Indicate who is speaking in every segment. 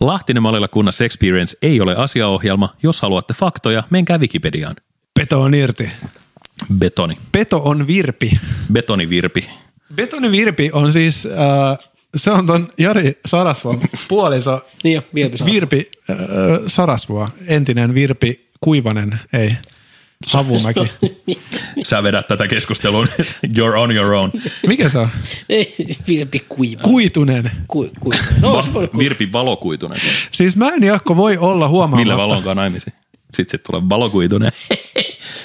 Speaker 1: Lahtinen Malilla kunnassa Experience ei ole asiaohjelma. Jos haluatte faktoja, menkää Wikipediaan.
Speaker 2: Peto on irti.
Speaker 1: Betoni.
Speaker 2: Peto on virpi.
Speaker 1: Betonivirpi.
Speaker 2: Betonivirpi on siis, äh, se on ton Jari Sarasvon puoliso
Speaker 3: Niin jo, Virpi sanoi.
Speaker 2: Virpi äh, Sarasvoa, entinen Virpi Kuivanen, ei Havumäki.
Speaker 1: Sä vedät tätä keskustelua nyt. You're on your own.
Speaker 2: Mikä se on?
Speaker 3: Ei, Virpi kuiva.
Speaker 2: Kuitunen.
Speaker 3: Ku, ku, no,
Speaker 1: Va-
Speaker 3: se voi-
Speaker 1: Virpi valokuitunen.
Speaker 2: Siis mä en Jaakko voi olla huomaamatta.
Speaker 1: Millä valonkaan naimisiin? Sitten sit tulee valokuitunen.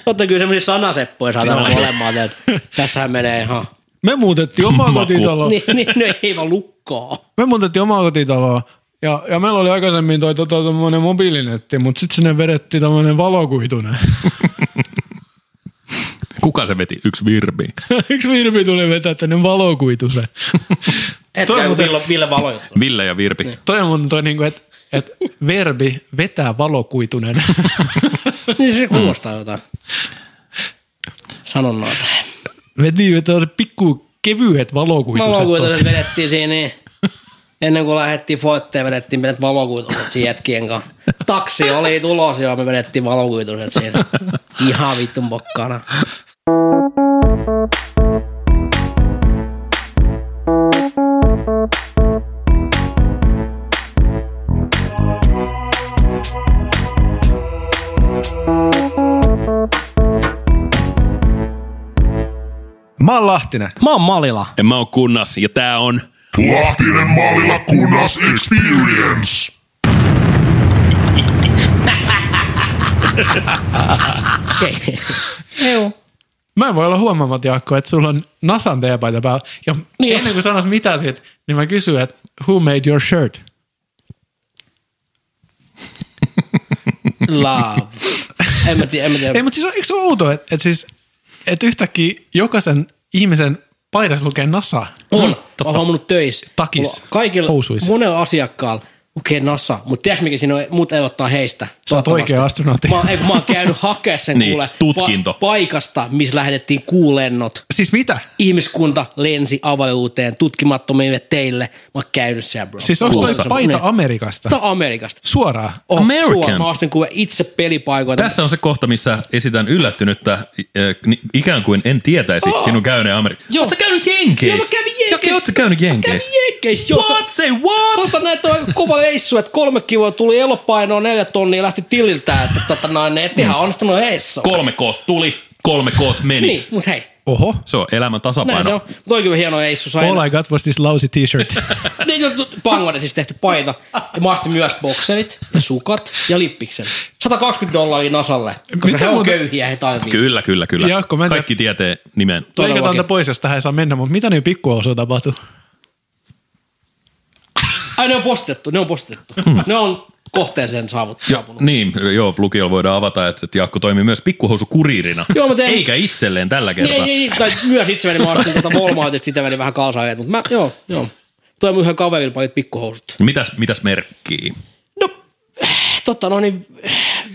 Speaker 3: Totta kyllä semmoisia sanaseppoja saadaan olemaan, että tässähän menee ihan.
Speaker 2: Me muutettiin omaa
Speaker 1: Maku.
Speaker 2: kotitaloa.
Speaker 3: Niin, niin, no ei vaan lukkaa.
Speaker 2: Me muutettiin omaa kotitaloa. Ja, ja meillä oli aikaisemmin toi tota, tommonen mobiilinetti, mutta sitten sinne vedettiin tommonen valokuitunen.
Speaker 1: Kuka se veti? Yksi virpi.
Speaker 2: Yksi virpi tuli vetää tänne valokuitusen.
Speaker 3: Etkä
Speaker 2: Toi on
Speaker 3: Ville,
Speaker 2: muuten-
Speaker 3: Ville, Ville valoja.
Speaker 1: Ville ja Virpi. Niin.
Speaker 2: Toi on mun toi niinku, että et verbi vetää valokuitunen.
Speaker 3: Niin
Speaker 2: Mm.
Speaker 3: se kuulostaa jotain. Sanon noita.
Speaker 2: Veti vetää niin, pikku kevyet valokuituset.
Speaker 3: Valokuitoset
Speaker 2: tosta.
Speaker 3: vedettiin siinä niin. Ennen kuin lähdettiin Foitteen, vedettiin menet valokuitoset siinä jätkien kanssa. Taksi oli tulos ja me vedettiin valokuitoset siinä. Ihan vittun pokkana.
Speaker 2: Mä oon Lahtinen.
Speaker 3: Mä oon Malila.
Speaker 1: En mä oo kunnas ja tää on...
Speaker 4: Lahtinen maalilla kunnas experience.
Speaker 3: Joo.
Speaker 2: Mä en voi olla huomaamatta, Jaakko, että sulla on Nasan teepaita päällä. Ja niin. ennen kuin sanois mitä siitä, niin mä kysyn, että who made your shirt?
Speaker 3: Love. En mä tiedä, en mä tiedä.
Speaker 2: Ei, mutta siis on- eikö se ole outoa, että et siis, et yhtäkkiä jokaisen ihmisen paidassa lukee NASA?
Speaker 3: On. Mä oon huomannut töissä.
Speaker 2: Takis.
Speaker 3: Mulla Kaikilla,
Speaker 2: Housuissa.
Speaker 3: monella asiakkaalla lukee NASA, mutta tiedätkö mikä siinä on, muut ei ottaa heistä.
Speaker 2: Sä oot
Speaker 3: Toivottavasti.
Speaker 2: oikea astronautti.
Speaker 3: Mä, oon- ei, kun mä oon käynyt hakea sen
Speaker 1: Niin,
Speaker 3: kuule
Speaker 1: tutkinto.
Speaker 3: paikasta, missä lähetettiin kuulennot.
Speaker 2: Siis mitä?
Speaker 3: Ihmiskunta lensi avaruuteen tutkimattomille teille. Mä oon käynyt siellä, bro.
Speaker 2: Siis onko toi
Speaker 3: Kuulossa.
Speaker 2: paita
Speaker 3: Niin.
Speaker 2: Amerikasta?
Speaker 3: Tää on Amerikasta.
Speaker 2: Suoraan.
Speaker 3: Oh,
Speaker 1: American.
Speaker 3: Suoraan. Mä ostin kuule itse pelipaikoita.
Speaker 1: Tässä on se kohta, missä esitän yllättynyttä, eh, ni- ikään kuin en tietäisi oh. sinun käyneen Amerikassa.
Speaker 3: Joo.
Speaker 1: Oot sä käynyt Jenkeissä?
Speaker 3: Joo, mä kävin Jenkeissä.
Speaker 1: Jokki, oot sä käynyt Jenkeissä?
Speaker 3: Kävin Jenkeissä, joo.
Speaker 1: What? Say what?
Speaker 3: Sanotaan näin, että on kova reissu, että kolme kivoa tuli elopainoa, neljä tonnia lähti tililtä, että tota noin, et ihan onnistunut eessä.
Speaker 1: Kolme koot tuli, kolme koot meni.
Speaker 3: Niin, mutta hei,
Speaker 2: Oho.
Speaker 1: Se on elämän
Speaker 3: näin se
Speaker 1: tasapaino.
Speaker 3: on. Mutta oikein hieno eissu sai.
Speaker 2: All I got was this lousy t-shirt.
Speaker 3: Niin, jo, Bangladesissa tehty paita. Ja mä astin myös bokserit ja sukat ja lippiksen. 120 dollaria Nasalle, koska
Speaker 2: Mitä
Speaker 3: he on
Speaker 2: muuten-
Speaker 3: köyhiä, he taivii.
Speaker 1: Niin. Kyllä, kyllä, kyllä.
Speaker 2: Jaakko, mä en tiedä-
Speaker 1: Kaikki tietää nimen.
Speaker 3: Todellakin.
Speaker 2: Leikataan tätä pois, jos tähän ei saa mennä, mutta mitä niin pikkuosu tapahtuu?
Speaker 3: Ai ne on postettu, ne on postettu. Ne on kohteeseen saavut, saapunut.
Speaker 1: Niin, joo, lukiolla voidaan avata, että että Jaakko toimii myös pikkuhousukuriirina.
Speaker 3: Joo, mä teen-
Speaker 1: Eikä itselleen tällä
Speaker 3: Niin,
Speaker 1: kertaa.
Speaker 3: ei, ei, tai myös itselleni mä astin tuota Volmaatista itselleni vähän kalsaajat, mutta mä, joo, joo. Toi mun yhden kaverilla paljon pikkuhousut.
Speaker 1: Mitäs, mitäs merkkii?
Speaker 3: No, totta no niin,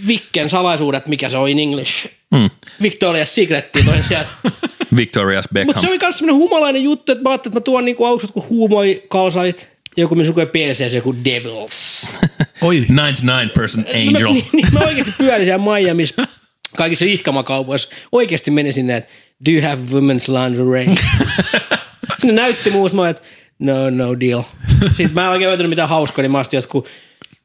Speaker 3: Vikken salaisuudet, mikä se on in English. Mm. Victoria's Secret, toinen sieltä.
Speaker 1: Victoria's
Speaker 3: Mutta
Speaker 1: Beckham.
Speaker 3: se oli myös semmoinen humalainen juttu, että mä ajattelin, että mä tuon niinku aluksi jotkut huumoikalsarit, joku missä lukee PCS, joku Devils.
Speaker 2: Oi.
Speaker 1: 99%
Speaker 3: No Mä,
Speaker 1: angel.
Speaker 3: niin, niin, mä oikeasti pyörin siellä Miamiissa kaikissa ihkamakaupoissa. Oikeasti menin sinne, että do you have women's lingerie? sinne näytti muus, mä olin, että no, no deal. Sitten mä en oikein löytänyt mitään hauskaa, niin mä astin jotkut,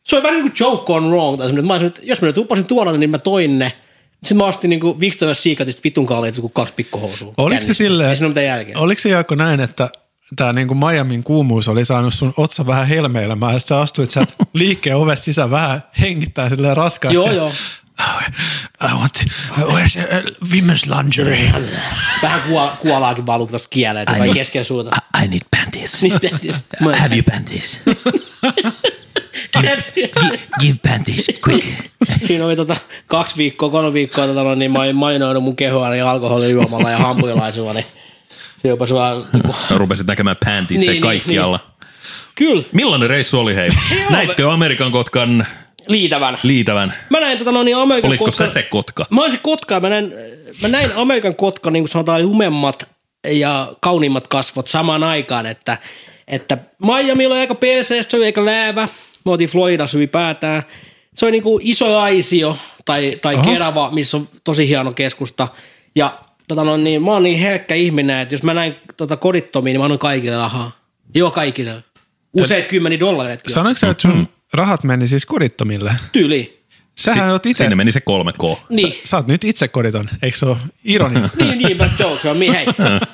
Speaker 3: se oli vähän niin kuin joke on wrong. Tai semmoinen, mä olisin, että jos mä nyt upasin tuolla, niin mä toin ne. Sitten mä astin niin kuin Victoria's Secretista vitun kalliit kuin kaksi pikkuhousua.
Speaker 2: Oliko se
Speaker 3: kännissä.
Speaker 2: silleen,
Speaker 3: Ei siinä ole mitään järkeä.
Speaker 2: oliko se Jaakko näin, että tämä niinku Miamin kuumuus oli saanut sun otsa vähän helmeilemään ja sit sä astuit sieltä liikkeen ovesta sisään vähän hengittää silleen raskaasti.
Speaker 3: Joo, joo.
Speaker 2: Oh, I want to, where's a women's lingerie?
Speaker 3: Vähän kuola, kuolaakin vaan tuosta kieleen, että kesken suuta.
Speaker 1: I, I need panties.
Speaker 3: Niin tehtiin. Mä-
Speaker 1: you panties? Give panties, quick.
Speaker 3: Siinä oli tota, kaksi viikkoa, kolme viikkoa, tota, no, niin mä olin mainoinut mun kehoa niin alkoholijuomalla ja hampurilaisilla, niin se jopa sua...
Speaker 1: Hmm.
Speaker 3: Niinku,
Speaker 1: Rupesit näkemään panties
Speaker 3: Niin,
Speaker 1: niin,
Speaker 3: niin,
Speaker 1: kaikkialla. Niin,
Speaker 3: kyllä,
Speaker 1: Millainen reissu oli hei? Näitkö Amerikan kotkan
Speaker 3: liitävän.
Speaker 1: liitävän?
Speaker 3: Mä näin tota, no, niin Amerikan
Speaker 1: Oliko
Speaker 3: kotkan-
Speaker 1: se se kotka?
Speaker 3: Mä olisin kotkaa, mä näin, mä näin Amerikan kotka, niin kuin sanotaan, lumemmat ja kauniimmat kasvot samaan aikaan, että, että Miami oli aika PC, se oli aika läävä, Me oltiin Floridassa ylipäätään. Se oli niinku iso aisio tai, tai Kerava, missä on tosi hieno keskusta. Ja tota no, niin, mä oon niin herkkä ihminen, että jos mä näin tota, kodittomia, niin mä annan kaikille rahaa. Joo, kaikille. Useat kymmeniä dollareitkin. San...
Speaker 2: Sanoitko sä, että sun rahat meni siis kodittomille?
Speaker 3: Tyyli.
Speaker 2: Sähän oot itse,
Speaker 1: Sinne meni se 3K.
Speaker 3: Niin.
Speaker 2: sä, sä oot nyt itse koditon, eikö se ole ironia?
Speaker 3: Niin, niin, Brad Jones on mi- hei.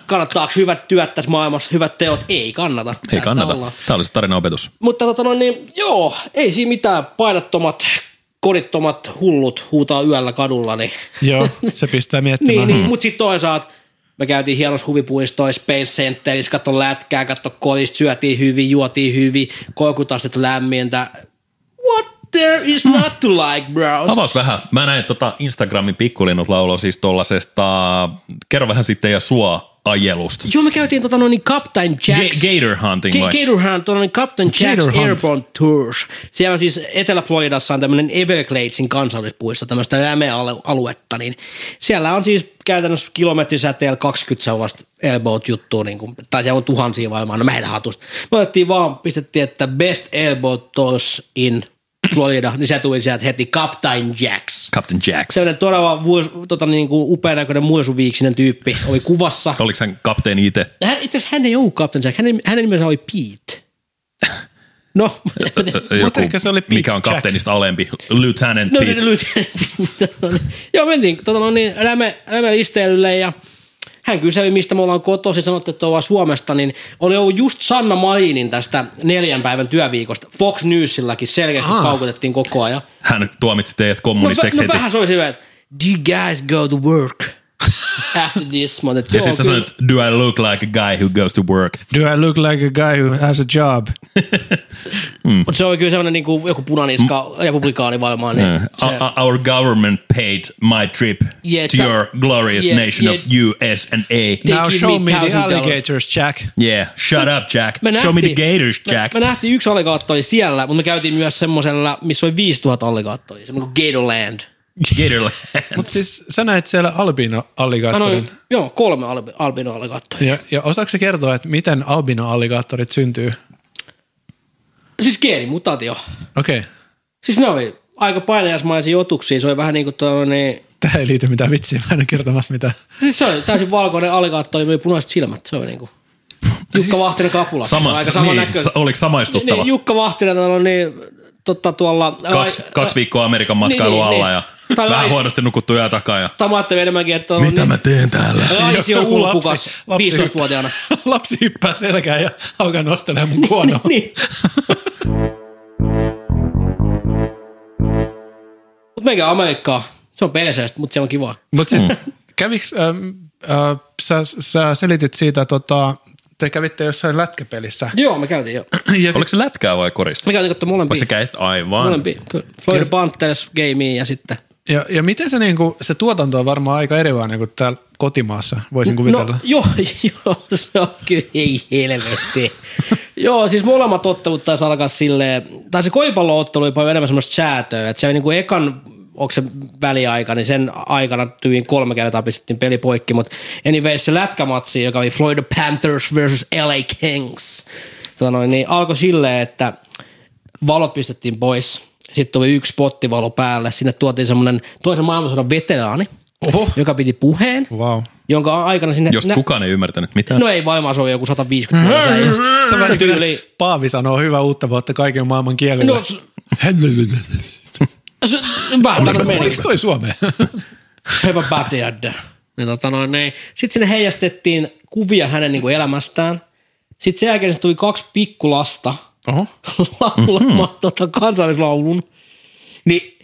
Speaker 3: Kannattaako hyvät työt tässä maailmassa, hyvät teot? Ei kannata.
Speaker 1: Ei
Speaker 3: Tästä
Speaker 1: kannata.
Speaker 3: ollaan.
Speaker 1: Tämä oli se tarinaopetus.
Speaker 3: Mutta tota noin, niin, joo, ei siinä mitään. Painottomat, kodittomat hullut huutaa yöllä kadulla. Niin,
Speaker 2: Joo, se pistää miettimään.
Speaker 3: niin, niin. mutta sitten toisaalta me käytiin hienossa huvipuistoissa, Space Centerissä, katso lätkää, katso kodista, syötiin hyvin, juotiin hyvin, koikutastet lämmintä. What there is not to like, bros?
Speaker 1: Avaus Hmm. vähän. Mä näin tota Instagramin pikkulinnut laulua siis tollasesta, kerro vähän sitten ja sua ajelusta.
Speaker 3: Joo, me käytiin tota noin niin Captain Jacks.
Speaker 1: Ga- Gator hunting vai?
Speaker 3: Ga- Gatorhan, tuollainen Captain Jack's
Speaker 2: Gator Hunt.
Speaker 3: Airborne Tours. Siellä siis Etelä-Floridassa on tämmöinen Evergladesin kansallispuisto, tämmöistä lämealuetta, niin siellä on siis käytännössä kilometrisäteellä 20 sellaista airboat juttua, niin kuin, tai siellä on tuhansia varmaan, no mä heitän hatusta. Me otettiin vaan, pistettiin, että best airboat tours in Florida, niin se tuli sieltä heti Captain Jack's.
Speaker 1: Captain Jacks.
Speaker 3: Sellainen todella vuos, tota, niin kuin upean näköinen muisuviiksinen tyyppi oli kuvassa.
Speaker 1: Oliko hän kapteeni itse?
Speaker 3: Hän, itse asiassa hän ei ollut Captain Jack, hänen, hänen nimensä oli Pete. No,
Speaker 1: Joku,
Speaker 2: ehkä se oli Big
Speaker 1: mikä on
Speaker 2: Jack.
Speaker 1: kapteenista alempi? Lieutenant
Speaker 3: no
Speaker 1: Pete.
Speaker 3: nyt lyhyt. Joo, mentiin tota, no niin, räme, räme risteilylle ja hän kyseli, mistä me ollaan kotoisin, sanottiin, että ollaan Suomesta, niin oli ollut just Sanna Marinin tästä neljän päivän työviikosta. Fox Newsillakin selkeästi
Speaker 2: Ah.
Speaker 3: paukutettiin koko ajan.
Speaker 1: Hän toimitsi teidät
Speaker 3: No, vä-
Speaker 1: kommunisteiksi
Speaker 3: no
Speaker 1: heti.
Speaker 3: vähän se oli silleen, että do you guys go to work after this? Mä olin, että
Speaker 1: Ja
Speaker 3: joo,
Speaker 1: sitten sä
Speaker 3: kyllä.
Speaker 1: sanoit, do I look like a guy who goes to work?
Speaker 2: Do I look like a guy who has a job?
Speaker 3: Mutta se oli kyllä sellainen niin kuin joku punaniska republikaani varmaan. Niin se,
Speaker 1: O- o- Our government paid my trip
Speaker 3: Yeah,
Speaker 1: to
Speaker 3: ta-
Speaker 1: your glorious
Speaker 3: yeah,
Speaker 1: nation of US and A.
Speaker 3: Te-
Speaker 2: Now
Speaker 3: give
Speaker 2: show
Speaker 3: me
Speaker 2: me the
Speaker 3: thousand dollars.
Speaker 2: alligators, Jack.
Speaker 1: Yeah, shut up Jack.
Speaker 3: Me
Speaker 1: Show me the
Speaker 3: nähtiin-
Speaker 1: gators Jack.
Speaker 3: me, me nähtiin yksi alligaattori siellä, mutta me käytiin myös semmoisella, missä oli 5000 alligaattoria, semmoinen kuin Gatorland.
Speaker 1: Gatorland.
Speaker 2: Mutta siis sä näet siellä
Speaker 3: Mä noin,
Speaker 2: albino-alligaattorin.
Speaker 3: joo, kolme albi, albino-alligaattoria.
Speaker 2: Ja, ja osaako sä kertoa, että miten albino-alligaattorit syntyy?
Speaker 3: Siis geenimutaatio.
Speaker 2: Okei, okay.
Speaker 3: Siis ne oli aika painajaismaisia otuksia, se oli vähän niin kuin tuollainen,
Speaker 2: tähän ei liity mitään vitsiä, mä en ole kertomassa mitään.
Speaker 3: siis se oli täysin valkoinen alligaattori, oli punaiset silmät, se oli niin kuin Jukka Vahtinen kapula.
Speaker 1: Siis Sama,
Speaker 3: aika sama
Speaker 1: niin,
Speaker 3: näkö.
Speaker 1: sa- oliko samaistuttava?
Speaker 3: Niin, Jukka Vahtinen on niin, totta tuolla... Äh,
Speaker 1: kaksi,
Speaker 3: ai-
Speaker 1: kaksi viikkoa Amerikan matkailu
Speaker 3: Niin,
Speaker 1: alla
Speaker 3: niin,
Speaker 1: ja
Speaker 3: niin. Tai
Speaker 1: vähän
Speaker 3: lai-
Speaker 1: huonosti nukuttu yö takaa. Ja,
Speaker 3: Tai mä ajattelin enemmänkin, että on niin
Speaker 1: mitä mä teen täällä?
Speaker 3: Raisio
Speaker 2: Joku lapsi-
Speaker 3: ulkukas
Speaker 2: lapsi-
Speaker 3: 15-vuotiaana.
Speaker 2: Lapsi hyppää selkään ja hauka nostelee mun kuonoon.
Speaker 3: niin. Mut menkää Amerikkaan. Se on perseestä, mutta se on kiva.
Speaker 2: Mutta siis käviks, ähm, äh, sä, sä selitit siitä, tota, te kävitte jossain lätkäpelissä.
Speaker 3: Joo, me käytiin jo.
Speaker 2: Ja
Speaker 1: Oliko se lätkää vai korista?
Speaker 3: Me käytiin katsomaan
Speaker 1: Vai
Speaker 3: molempia.
Speaker 1: sekä et aivan?
Speaker 3: Molempia. Kyllä. Florida Panthers gameen ja sitten...
Speaker 2: Ja, ja miten se, niinku, se tuotanto on varmaan aika erilainen kuin täällä kotimaassa, voisin kuvitella.
Speaker 3: No, joo, joo, se on kyllä, ei helvetti. joo, siis molemmat ottelut taisi alkaa silleen, tai se koipalloottelu oli paljon enemmän semmoista säätöä, että se oli niinku ekan, onko se väliaika, niin sen aikana tyyliin kolme kertaa pistettiin peli poikki, mutta anyways se lätkämatsi, joka oli Florida Panthers versus LA Kings, tota noin, niin alkoi silleen, että valot pistettiin pois, sitten tuli yksi pottivalo päälle, sinne tuotiin semmoinen toisen maailmansodan veteraani,
Speaker 2: Oho.
Speaker 3: joka piti puheen,
Speaker 2: Wow.
Speaker 3: jonka aikana sinne...
Speaker 1: Jos
Speaker 3: nä-
Speaker 1: kukaan ei ymmärtänyt mitään.
Speaker 3: No ei varmaan se on joku 150 vuotta säijä.
Speaker 2: Se vähän
Speaker 3: Tyyli.
Speaker 2: tyyli. Paavi sanoo hyvää uutta vuotta kaiken maailman kielellä.
Speaker 3: No, s- s- vähän tämmöistä meininkiä.
Speaker 2: Oliko toi Suomeen?
Speaker 3: Hyvä bad niin, tota noin, niin. Sitten sinne heijastettiin kuvia hänen niin kuin elämästään. Sitten sen jälkeen sinne tuli kaksi pikkulasta
Speaker 2: Oho.
Speaker 3: laulamaan mm-hmm. tota, kansallislaulun. Niin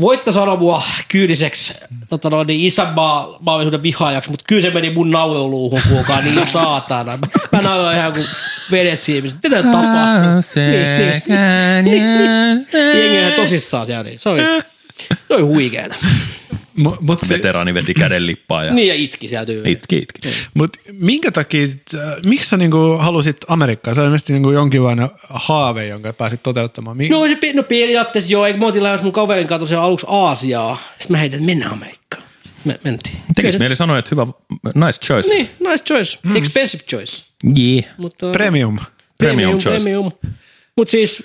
Speaker 3: voitte sanoa mua kyyniseksi tota noin, niin isänmaallisuuden vihaajaksi, mutta kyllä se meni mun nauruluuhun, kuulkaa niin saatana. Mä, mä nauroin ihan kuin vedet siimissä. Mitä tapahtuu? Niin,
Speaker 1: Sekään
Speaker 3: Jengi on tosissaan siellä, niin se oli, se oli huikeeta.
Speaker 2: M- mut, se,
Speaker 1: Veteraani veti käden lippaa ja
Speaker 3: Niin ja itki siellä tyyliin.
Speaker 1: itki, itki.
Speaker 2: mut minkä takia, äh, miksi sä niinku halusit Amerikkaan? Se on ilmeisesti niinku jonkinlainen haave, jonka pääsit toteuttamaan. Mi-
Speaker 3: No, se, pi- no periaatteessa joo, eikö mä oltiin lähdössä mun kaverin kanssa tosiaan aluksi Aasiaa. Sitten mä heitin, että mennään Amerikkaan. Me mentiin.
Speaker 1: Tekis
Speaker 3: Kyllä
Speaker 1: mieli sanoa, että hyvä, nice choice.
Speaker 3: se- Niin, nice choice. Expensive choice. äh,
Speaker 1: Yeah.
Speaker 3: Mutta,
Speaker 2: Premium.
Speaker 1: Premium choice.
Speaker 3: Premium. Mutta siis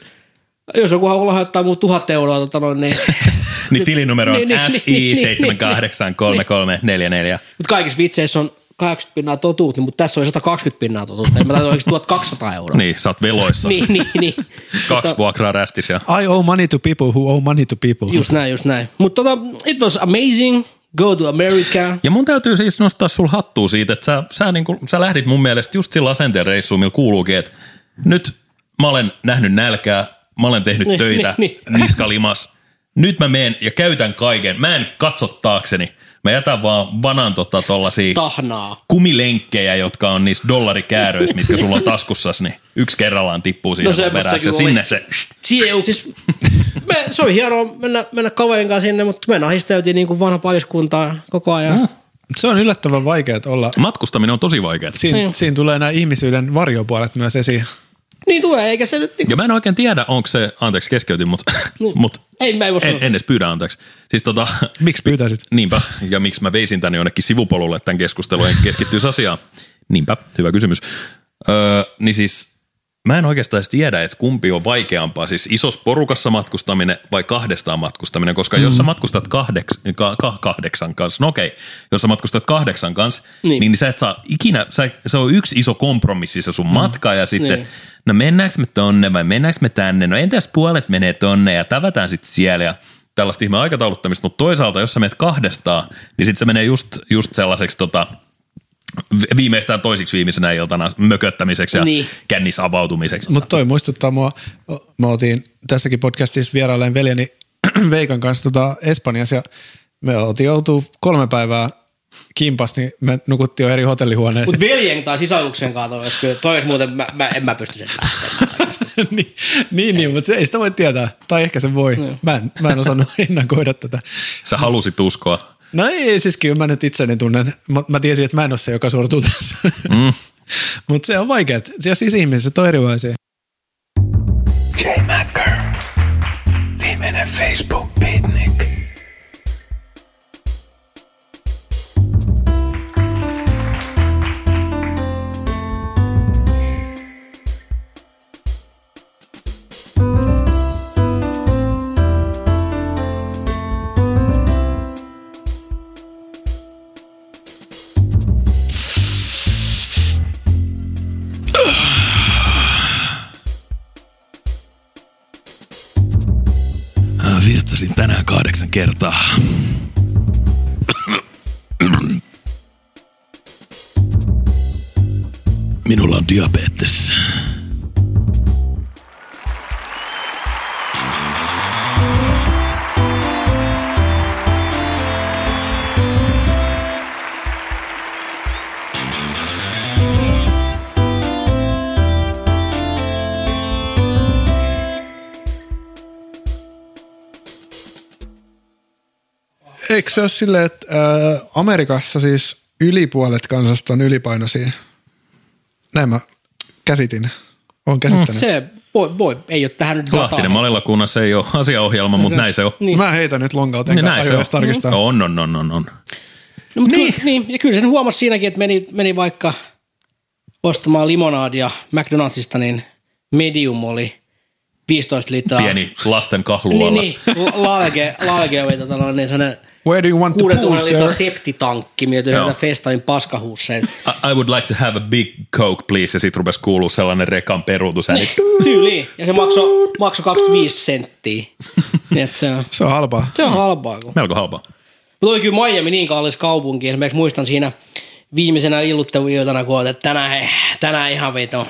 Speaker 3: Jos joku haluaa lahjoittaa mulle tuhat euroa, tota noin, niin,
Speaker 1: Niin tilinumero on
Speaker 3: Niin, niin, niin,
Speaker 1: fi 783344
Speaker 3: mutta kaikissa vitseissä on 80 pinnaa totuutta, mutta tässä oli 120 pinnaa totuutta. En mä tajua oikeasti 1200 euroa.
Speaker 1: Niin, sä oot veloissa.
Speaker 3: niin, niin, niin.
Speaker 1: Kaksi vuokraa rästis ja
Speaker 2: I owe money to people who owe money to people.
Speaker 3: Just näin, just näin. Mutta tota, it was amazing. Go to America.
Speaker 1: Ja mun täytyy siis nostaa sul hattua siitä, että sä, sä, niin kuin, sä lähdit mun mielestä just sillä asenteen reissuun, millä kuuluukin, että nyt mä olen nähnyt nälkää, mä olen tehnyt
Speaker 3: Niin,
Speaker 1: töitä,
Speaker 3: niin,
Speaker 1: niska limas. Nyt mä meen ja käytän kaiken. Mä en katso taakseni. Mä jätän vaan vanan tota tollasia
Speaker 3: Tahnaa.
Speaker 1: kumilenkkejä, jotka on niissä dollarikääröissä, mitkä sulla on taskussas, niin yksi kerrallaan tippuu siihen
Speaker 3: No
Speaker 1: no
Speaker 3: se musta
Speaker 1: perään. Ja
Speaker 3: kyllä
Speaker 1: sinne
Speaker 3: oli.
Speaker 1: se
Speaker 3: Sieu. Siis, me, se oli hienoa mennä, mennä kaverin kanssa sinne, mutta me nahisteltiin niin kuin vanha pariskuntaa koko ajan. Mm.
Speaker 2: Se on yllättävän vaikeaa olla.
Speaker 1: matkustaminen on tosi vaikeaa.
Speaker 2: Siin, siinä tulee nämä ihmisyyden varjopuolet myös esiin.
Speaker 3: Niin tulee, eikä se nyt... Niin
Speaker 1: Ja mä en oikein tiedä, onko se, anteeksi keskeytin, mutta mut,
Speaker 3: Ei, mä en voi
Speaker 1: en,
Speaker 3: sanoa.
Speaker 1: en edes pyydä anteeksi. Siis tota,
Speaker 2: Miksi pyytäisit?
Speaker 1: Niinpä, ja miksi mä veisin tänne jonnekin sivupolulle tämän keskustelun, en keskittyisi asiaan. Niinpä, hyvä kysymys. Öö, niin siis mä en oikeastaan edes tiedä, että kumpi on vaikeampaa, siis isossa porukassa matkustaminen vai kahdestaan matkustaminen, koska jos sä matkustat kahdeks, ka, ka, kahdeksan kanssa, no okei, jos sä matkustat kahdeksan kanssa,
Speaker 3: Niin.
Speaker 1: niin, niin sä et saa ikinä, sä, se on yksi iso kompromissi se sun matka ja sitten
Speaker 3: Mm. Niin.
Speaker 1: niin. no mennäänkö me tonne vai mennäänkö me tänne, no entäs puolet menee tonne ja tavataan sitten siellä ja tällaista ihme aikatauluttamista, mutta toisaalta jos sä menet kahdestaan, niin sitten se menee just, just sellaiseksi tota, vi- viimeistään toisiksi viimeisenä iltana mököttämiseksi ja
Speaker 3: Niin. Mm.
Speaker 1: niin. kännissä avautumiseksi.
Speaker 2: Mutta toi muistuttaa mua, mä otin tässäkin podcastissa vierailleen veljeni Veikan kanssa tota Espanjassa ja me oltiin oltu kolme päivää kimpas, niin me nukuttiin jo eri hotellihuoneeseen.
Speaker 3: Mutta veljen tai sisaruksen kanssa toi olisi kyllä, toi olisi muuten, mä, mä, en mä pysty sen
Speaker 2: niin, niin, niin, mutta se ei sitä voi tietää. Tai ehkä se voi. Mä en, mä en osannut ennakoida tätä.
Speaker 1: Sä halusit uskoa.
Speaker 2: No ei, siis kyllä mä nyt itseni tunnen. Mä, mä tiesin, että mä en ole se, joka sortuu tässä. Mm. mutta se on vaikeaa. Ja siis ihmiset on erilaisia.
Speaker 5: J. Matker. Viimeinen Facebook Beatnik.
Speaker 1: Virtsasin tänään kahdeksan kertaa. Minulla on diabetes.
Speaker 2: Eikö se ole silleen, että ää, Amerikassa siis yli puolet kansasta on ylipainoisia? Näin mä käsitin. Olen käsittänyt.
Speaker 3: Mm, Se, voi, voi, ei ole tähän nyt
Speaker 1: Mm. Lahtinen
Speaker 3: dataa.
Speaker 1: Malilla kunnassa ei ole asiaohjelma, mutta näin se on.
Speaker 2: Niin. Mä heitän nyt lonkalta, enkä
Speaker 1: Niin,
Speaker 2: niin
Speaker 1: näin se
Speaker 2: aio
Speaker 1: on.
Speaker 2: edes tarkistaa. No.
Speaker 1: On, on, on, on, on.
Speaker 3: No, mut niin. Kyllä, niin. Ja kyllä sen huomasi siinäkin, että meni, meni vaikka ostamaan limonaadia McDonaldsista, niin medium oli 15 litraa.
Speaker 1: Pieni lasten
Speaker 3: niin,
Speaker 1: kahluolas.
Speaker 3: niin. La- Laage, laage oli tota noin, niin sellainen
Speaker 2: Where do you want to
Speaker 3: 6000 litran
Speaker 2: pull, sir?
Speaker 3: septitankki, mitä yhdellä
Speaker 1: Joo.
Speaker 3: festarin paskahuusseet.
Speaker 1: I, I would like to have a big coke, please. Ja sit rupes kuuluu sellainen rekan peruutus. Niin.
Speaker 3: Tyyliin. Ja se maksoi makso 25 senttiä. Niin, että se on,
Speaker 2: Se on halpaa.
Speaker 3: se on halpaa. Kun.
Speaker 1: Melko halpa.
Speaker 3: Mutta oli kyllä Miami niin kallis kaupunki. Esimerkiksi muistan siinä viimeisenä illutteluiltana, kun olet, että tänään, he, tänään ihan veto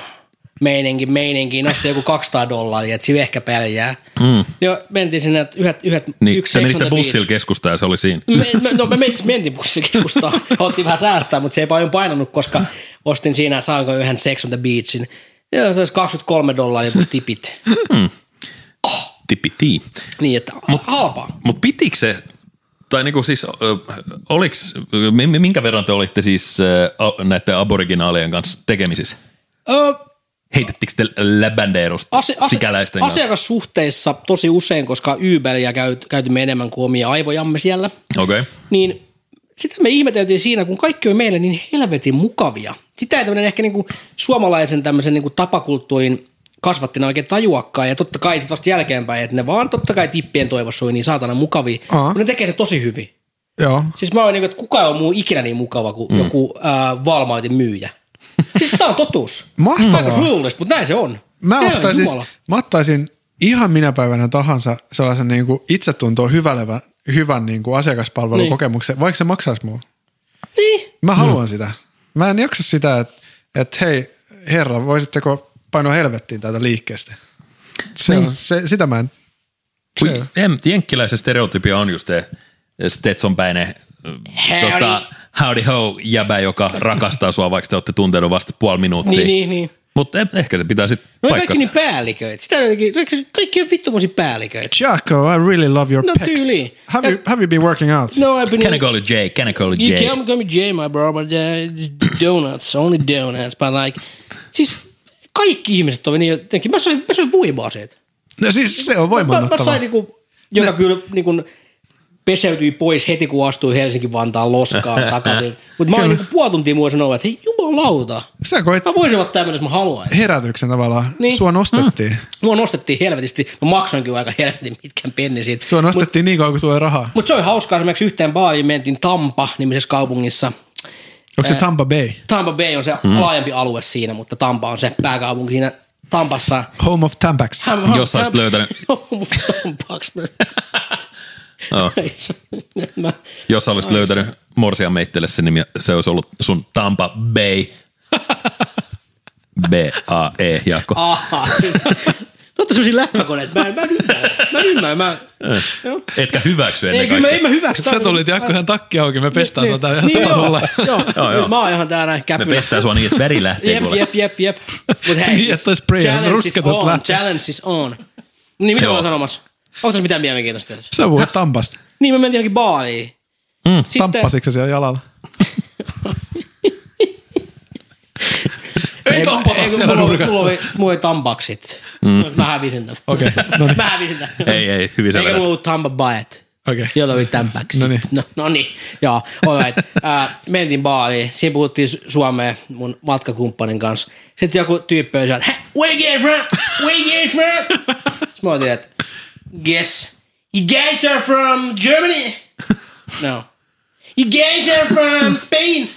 Speaker 3: meininki, meininki, nosti joku 200 dollaria, että sillä ehkä päälle jää. Mm. Ja mentiin sinne, että yhdet, yhdet,
Speaker 1: Niin,
Speaker 3: yksi
Speaker 1: te
Speaker 3: Sex on
Speaker 1: menitte
Speaker 3: the Beach.
Speaker 1: bussilla keskustaan ja se oli siinä.
Speaker 3: Me, me, no me mentiin, mentiin bussikeskustaan, otti vähän säästää, mutta se ei paljon painanut, koska ostin siinä saanko yhden Sex on the Beachin. Joo, se olisi 23 dollaria plus tipit.
Speaker 1: Tipitii.
Speaker 3: Niin, että halpaa.
Speaker 1: Mutta pitikö se, tai niinku siis, ö, oliks, mi- mi- minkä verran te olitte siis ö, a- näiden aboriginaalejen kanssa tekemisissä?
Speaker 3: Ö,
Speaker 1: Heitettikö te läbändeerusta
Speaker 3: Asi- asi-
Speaker 1: sikäläisten kanssa?
Speaker 3: asiakassuhteissa tosi usein, koska Uberia käyt, käytimme enemmän kuin omia aivojamme siellä,
Speaker 1: Okei. Okay.
Speaker 3: niin sitä me ihmeteltiin siinä, kun kaikki oli meille niinku niin helvetin mukavia. Sitä ei tämmöinen ehkä niin kuin suomalaisen tämmöisen niin kuin niinku tapakulttuurin kasvattina oikein tajuakaan. Ja totta kai sit vasta jälkeenpäin, että ne vaan totta kai tippien toivossa oli niin saatana mukavia.
Speaker 2: Aa.
Speaker 3: Mutta ne tekee se tosi hyvin.
Speaker 2: Joo.
Speaker 3: Siis mä oon niinku, että kukaan on muu ikinä niin mukava kuin mm. joku äh, Walmartin myyjä. Siis tää on totuus. Tää on aika
Speaker 2: Mahtavaa.
Speaker 3: surullista, mutta näin se on.
Speaker 2: Mä
Speaker 3: Herran
Speaker 2: ottaisin, siis-
Speaker 3: Jumala.
Speaker 2: mä ottaisin ihan minä päivänä tahansa sellaisen niin kuin itsetuntoa hyvälevän, hyvän niin kuin asiakaspalvelukokemuksen, niin. vaikka se maksaisi mua.
Speaker 3: Niin.
Speaker 2: Mä haluan mm. sitä. Mä en jaksa sitä, että et, hei herra, voisitteko painoa helvettiin täältä liikkeestä. Se niin. on, se, sitä mä en. Se,
Speaker 1: Em- Jenkkiläisen stereotypia on just se Stetsonpäinen
Speaker 3: Howdy.
Speaker 1: tota, howdy ho jäbä, joka rakastaa sua, vaikka te olette tuntenut vasta puoli minuuttia.
Speaker 3: Niin, niin, niin.
Speaker 1: Mutta eh- ehkä se pitää sitten
Speaker 3: No ei kaikki
Speaker 1: paikkansa.
Speaker 3: niin päälliköitä. Sitä on jotenkin, kaikki on vittumosi päälliköitä.
Speaker 2: Jaco, I really love your
Speaker 3: No
Speaker 2: pecs.
Speaker 3: tyyliin.
Speaker 2: Have, you,
Speaker 3: Ja-
Speaker 2: have you been working out?
Speaker 3: No, I've been...
Speaker 1: Can I call you Jay? Can I call you
Speaker 3: You
Speaker 1: Jay?
Speaker 3: can call me Jay, my bro, but uh, donuts, only donuts. But like, siis kaikki ihmiset on niin jotenkin, mä sain, mä sain vuimaseet.
Speaker 2: No siis se on
Speaker 3: Mä, mä
Speaker 2: voimaannuttavaa.
Speaker 3: sain niinku, joka kyllä niinku peseytyi pois heti, kun astui Helsinki-Vantaan loskaan takaisin. Mutta mä olin niinku puoli tuntia mua sanoa, että hei jumalauta,
Speaker 2: Sä koet
Speaker 3: niinku- mä voisin olla tämmöinen, jos mä haluaisin.
Speaker 2: herätyksen tavallaan.
Speaker 3: Niin.
Speaker 2: Niin. Sua nostettiin. Mm.
Speaker 3: Mua nostettiin helvetisti, mä maksoin kyllä aika helvetin pitkän penni siitä.
Speaker 2: Sua nostettiin Mut, niin kauan kuin sulla ei rahaa.
Speaker 3: Mutta se oli hauskaa, esimerkiksi yhteen baariin mentiin Tampa-nimisessä kaupungissa.
Speaker 2: Onko se Tampa Bay?
Speaker 3: Tampa Bay on se
Speaker 1: Mhm.
Speaker 3: hmm. laajempi alue siinä, mutta Tampa on se pääkaupunki siinä Tampassa.
Speaker 2: Home of Tampax.
Speaker 1: Jos sä olisit löytänyt-
Speaker 3: Joo, mutta Tampaksi. mä-
Speaker 1: Joo.
Speaker 3: Mä-
Speaker 1: Jos sä olisit löytänyt Morsian meittele sen nimi, se olisi ollut sun Tampa Bay. B-A-E, Jaakko.
Speaker 3: Aha. Totta sellaisia läppäkoneet. Mä en, mä en ymmärrä. Mä en ymmärrä. Mä, joo.
Speaker 1: Etkä hyväksy ennen
Speaker 3: E. Ei, kyllä mä,
Speaker 1: kaikkea.
Speaker 3: en mä hyväksy. niinku-
Speaker 2: Sä tulit Jaakko ihan takki auki, me pestaan sua täällä ihan
Speaker 3: Niin, joo.
Speaker 2: satanulla.
Speaker 3: Joo,
Speaker 1: Joo, joo.
Speaker 3: joo. Mä oon ihan täällä näin
Speaker 1: Me
Speaker 3: käpylä.
Speaker 1: pestään sua niin, että veri lähtee.
Speaker 3: Jep,
Speaker 1: kuule.
Speaker 3: jep, jep, jep. Mut hei,
Speaker 2: Niin, että olisi spray,
Speaker 3: challenge
Speaker 2: ruske
Speaker 3: is
Speaker 2: tosta
Speaker 3: on,
Speaker 2: lähtee.
Speaker 3: challenge is on. Niin, mitä
Speaker 1: Joo.
Speaker 3: mä oon sanomassa? Onko tässä mitään mielenkiintoista? tässä?
Speaker 2: Sä puhut Tampasta.
Speaker 3: Niin, me mentiin johonkin baariin. Mm,
Speaker 2: Tamppasitko sä siellä jalalla?
Speaker 3: Ei
Speaker 2: tampata
Speaker 3: ei, kun
Speaker 2: siellä
Speaker 3: mulla,
Speaker 2: nurkassa.
Speaker 3: mulla, oli, mulla oli tampaksit. Mm. Mä hävisin tämän.
Speaker 2: Okei, no niin.
Speaker 3: Mä hävisin tämän.
Speaker 1: Ei, ei, hyvin sä
Speaker 3: Eikä
Speaker 1: vedät.
Speaker 3: mulla ollut tampabaet.
Speaker 2: Okei.
Speaker 3: Jolla oli tämpäksit.
Speaker 2: No niin.
Speaker 3: No, no niin, joo, all right. Äh, mentiin baariin, siinä puhuttiin Su- Suomea mun matkakumppanin kanssa. Sitten joku tyyppi oli siellä, että "Hä? where you get from? Where you get from? Sitten mä otin, että guess, you guys are from Germany? No. You guys are from Spain?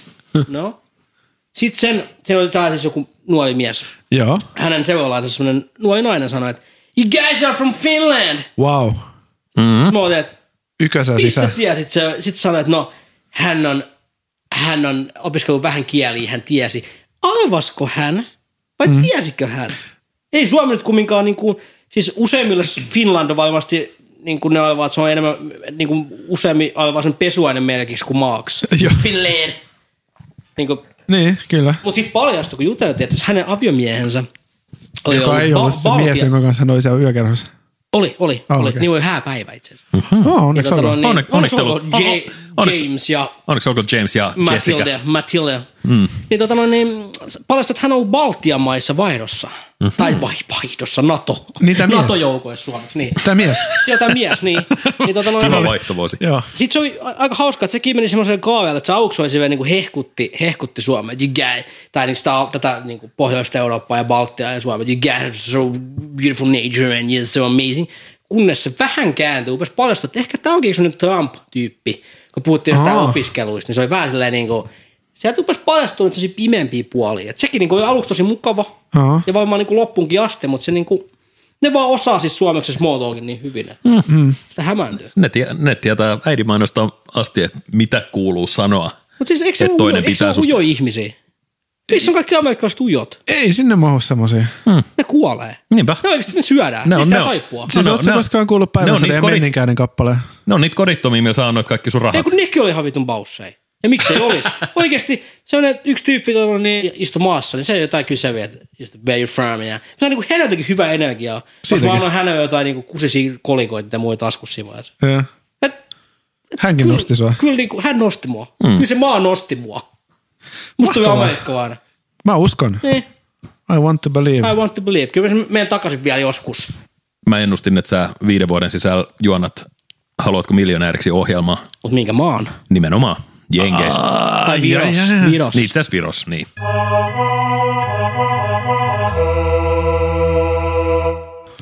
Speaker 3: No. Sitten sen, se oli taas siis joku nuori mies.
Speaker 2: Joo.
Speaker 3: Hänen seuraalaansa semmoinen nuori nainen sanoi, että You guys are from Finland!
Speaker 2: Wow.
Speaker 3: Mm-hmm. Mä otin, että
Speaker 2: Ykösää
Speaker 3: missä
Speaker 2: sisään.
Speaker 3: tiesit? Se, sit sanoi, että no, hän on, hän on opiskellut vähän kieliä, hän tiesi. Aivasko hän? Vai mm. tiesikö hän? Ei Suomi nyt kumminkaan, niin kuin, siis useimmille Finland on varmasti, niin kuin ne aivat, että se on enemmän, niin kuin useammin aivan sen pesuainen merkiksi kuin maaksi.
Speaker 2: Joo.
Speaker 3: Finland. Niin kuin,
Speaker 2: Niin, kyllä.
Speaker 3: mutta sitten paljastui, kun juteltiin, että hänen aviomiehensä oli
Speaker 2: Joka ei
Speaker 3: ba-
Speaker 2: ollut se
Speaker 3: Baltia-
Speaker 2: mies, jonka kanssa hän oli siellä yökerhossa.
Speaker 3: Oli, oli,
Speaker 2: Ah,
Speaker 3: oli.
Speaker 2: okei.
Speaker 3: Niin oli hääpäivä itse asiassa.
Speaker 1: Hmm.
Speaker 2: Oh,
Speaker 3: Niin,
Speaker 2: onneksi
Speaker 3: tota
Speaker 2: olkoon.
Speaker 3: noin, niin-
Speaker 1: Onne- onnittelut.
Speaker 3: onneksi olkoon
Speaker 1: Oh, oh,
Speaker 3: Ja-
Speaker 1: onneksi-
Speaker 3: James ja
Speaker 1: Onneksi olkoon James ja Jessica.
Speaker 3: Matilde, Matilde. Mm. Niin, tota, no, niin, paljastui, että hän on ollut Baltian maissa vaihdossa.
Speaker 1: Mhm.
Speaker 3: Mm-hmm. Tai vai, vaihdossa, NATO.
Speaker 2: Niitä mies.
Speaker 3: NATO-joukoissa suomeksi, niin.
Speaker 2: Tämä mies.
Speaker 3: Joo, tämä mies, niin. niin tota, no,
Speaker 1: Kiva
Speaker 3: no,
Speaker 1: vaihtovuosi.
Speaker 2: Joo.
Speaker 3: sitten se oli a- aika hauska, että sekin meni semmoiselle kaaveelle, että se auksoi sille niin kuin hehkutti, hehkutti Suomea, you guys, tai niin sitä, tätä niin kuin pohjoista Eurooppaa ja Baltiaa ja Suomea, you guys have so beautiful nature and you're so amazing. Kunnes se vähän kääntyi, rupesi paljastua, että ehkä tämä onkin semmoinen Trump-tyyppi, kun puhuttiin jostain
Speaker 2: Aa.
Speaker 3: opiskeluista, niin se oli vähän silleen niin kuin, se rupesi paljastumaan tosi pimeämpiä puolia. Et sekin niin kuin, oli aluksi tosi mukava
Speaker 2: Aa.
Speaker 3: ja varmaan niin kuin loppuunkin asti, mutta se niin kuin, ne vaan osaa siis suomeksi se small talkin niin hyvin, että sitä hämääntyy.
Speaker 1: Ne, tie, ne tietää äidimainosta asti, että mitä kuuluu sanoa.
Speaker 3: Mutta siis eikö se
Speaker 1: Et
Speaker 3: ole
Speaker 1: toinen
Speaker 3: ujo, eikö se
Speaker 1: pitää
Speaker 3: ole
Speaker 1: susta.
Speaker 3: ujo ihmisiä? Missä on kaikki amerikkalaiset ujot?
Speaker 2: Ei sinne mahu semmosia.
Speaker 1: Hmm.
Speaker 3: Ne kuolee.
Speaker 1: Niinpä.
Speaker 3: Ne oikeasti ne syödään.
Speaker 1: Mm. Ne on-
Speaker 3: Ne on,
Speaker 1: ne
Speaker 3: Niistä
Speaker 1: on-
Speaker 3: saippua.
Speaker 1: No,
Speaker 2: Siis
Speaker 1: no,
Speaker 2: ootko sä
Speaker 1: no.
Speaker 2: koskaan kuullut
Speaker 1: Ne on
Speaker 2: päivänsä
Speaker 1: niitä
Speaker 2: ja
Speaker 1: kori-
Speaker 2: menninkäinen kappale?
Speaker 1: Ne on No, niitä kodittomia, millä sä annoit kaikki sun
Speaker 3: Ei
Speaker 1: rahat.
Speaker 3: kun nekin oli ihan vitun baussei. Ja miksei olisi? Oikeasti sellainen yksi tyyppi tuolla niin istui maassa, niin se jotain kyseli, että just where you from? Ja se on niin helvetinkin hyvää energiaa. Jos
Speaker 2: Siitäkin.
Speaker 3: mä annoin hänelle jotain niin kusisia kolikoita ja muita taskussa vaiheessa.
Speaker 2: Joo.
Speaker 3: Et-
Speaker 2: Hänkin nosti sua.
Speaker 3: Kyllä niin kuin, hän nosti mua. Mm. Kyllä se maa nosti mua. Musta tuli
Speaker 2: Mahtavaa.
Speaker 3: amerikkalainen.
Speaker 2: Mä uskon.
Speaker 3: Niin,
Speaker 2: I want to believe.
Speaker 3: I want to believe. Kyllä mä sen menen takaisin vielä joskus.
Speaker 1: Mä ennustin, että sä viiden vuoden sisällä juonat Haluatko miljonääriksi ohjelmaa
Speaker 3: Mutta minkä maan?
Speaker 1: nimenomaan Jenkeissä.
Speaker 3: Tai Viros.
Speaker 2: ai, ai, ai.
Speaker 3: Viros. niin.
Speaker 1: Niin itse asiassa Viros, niin.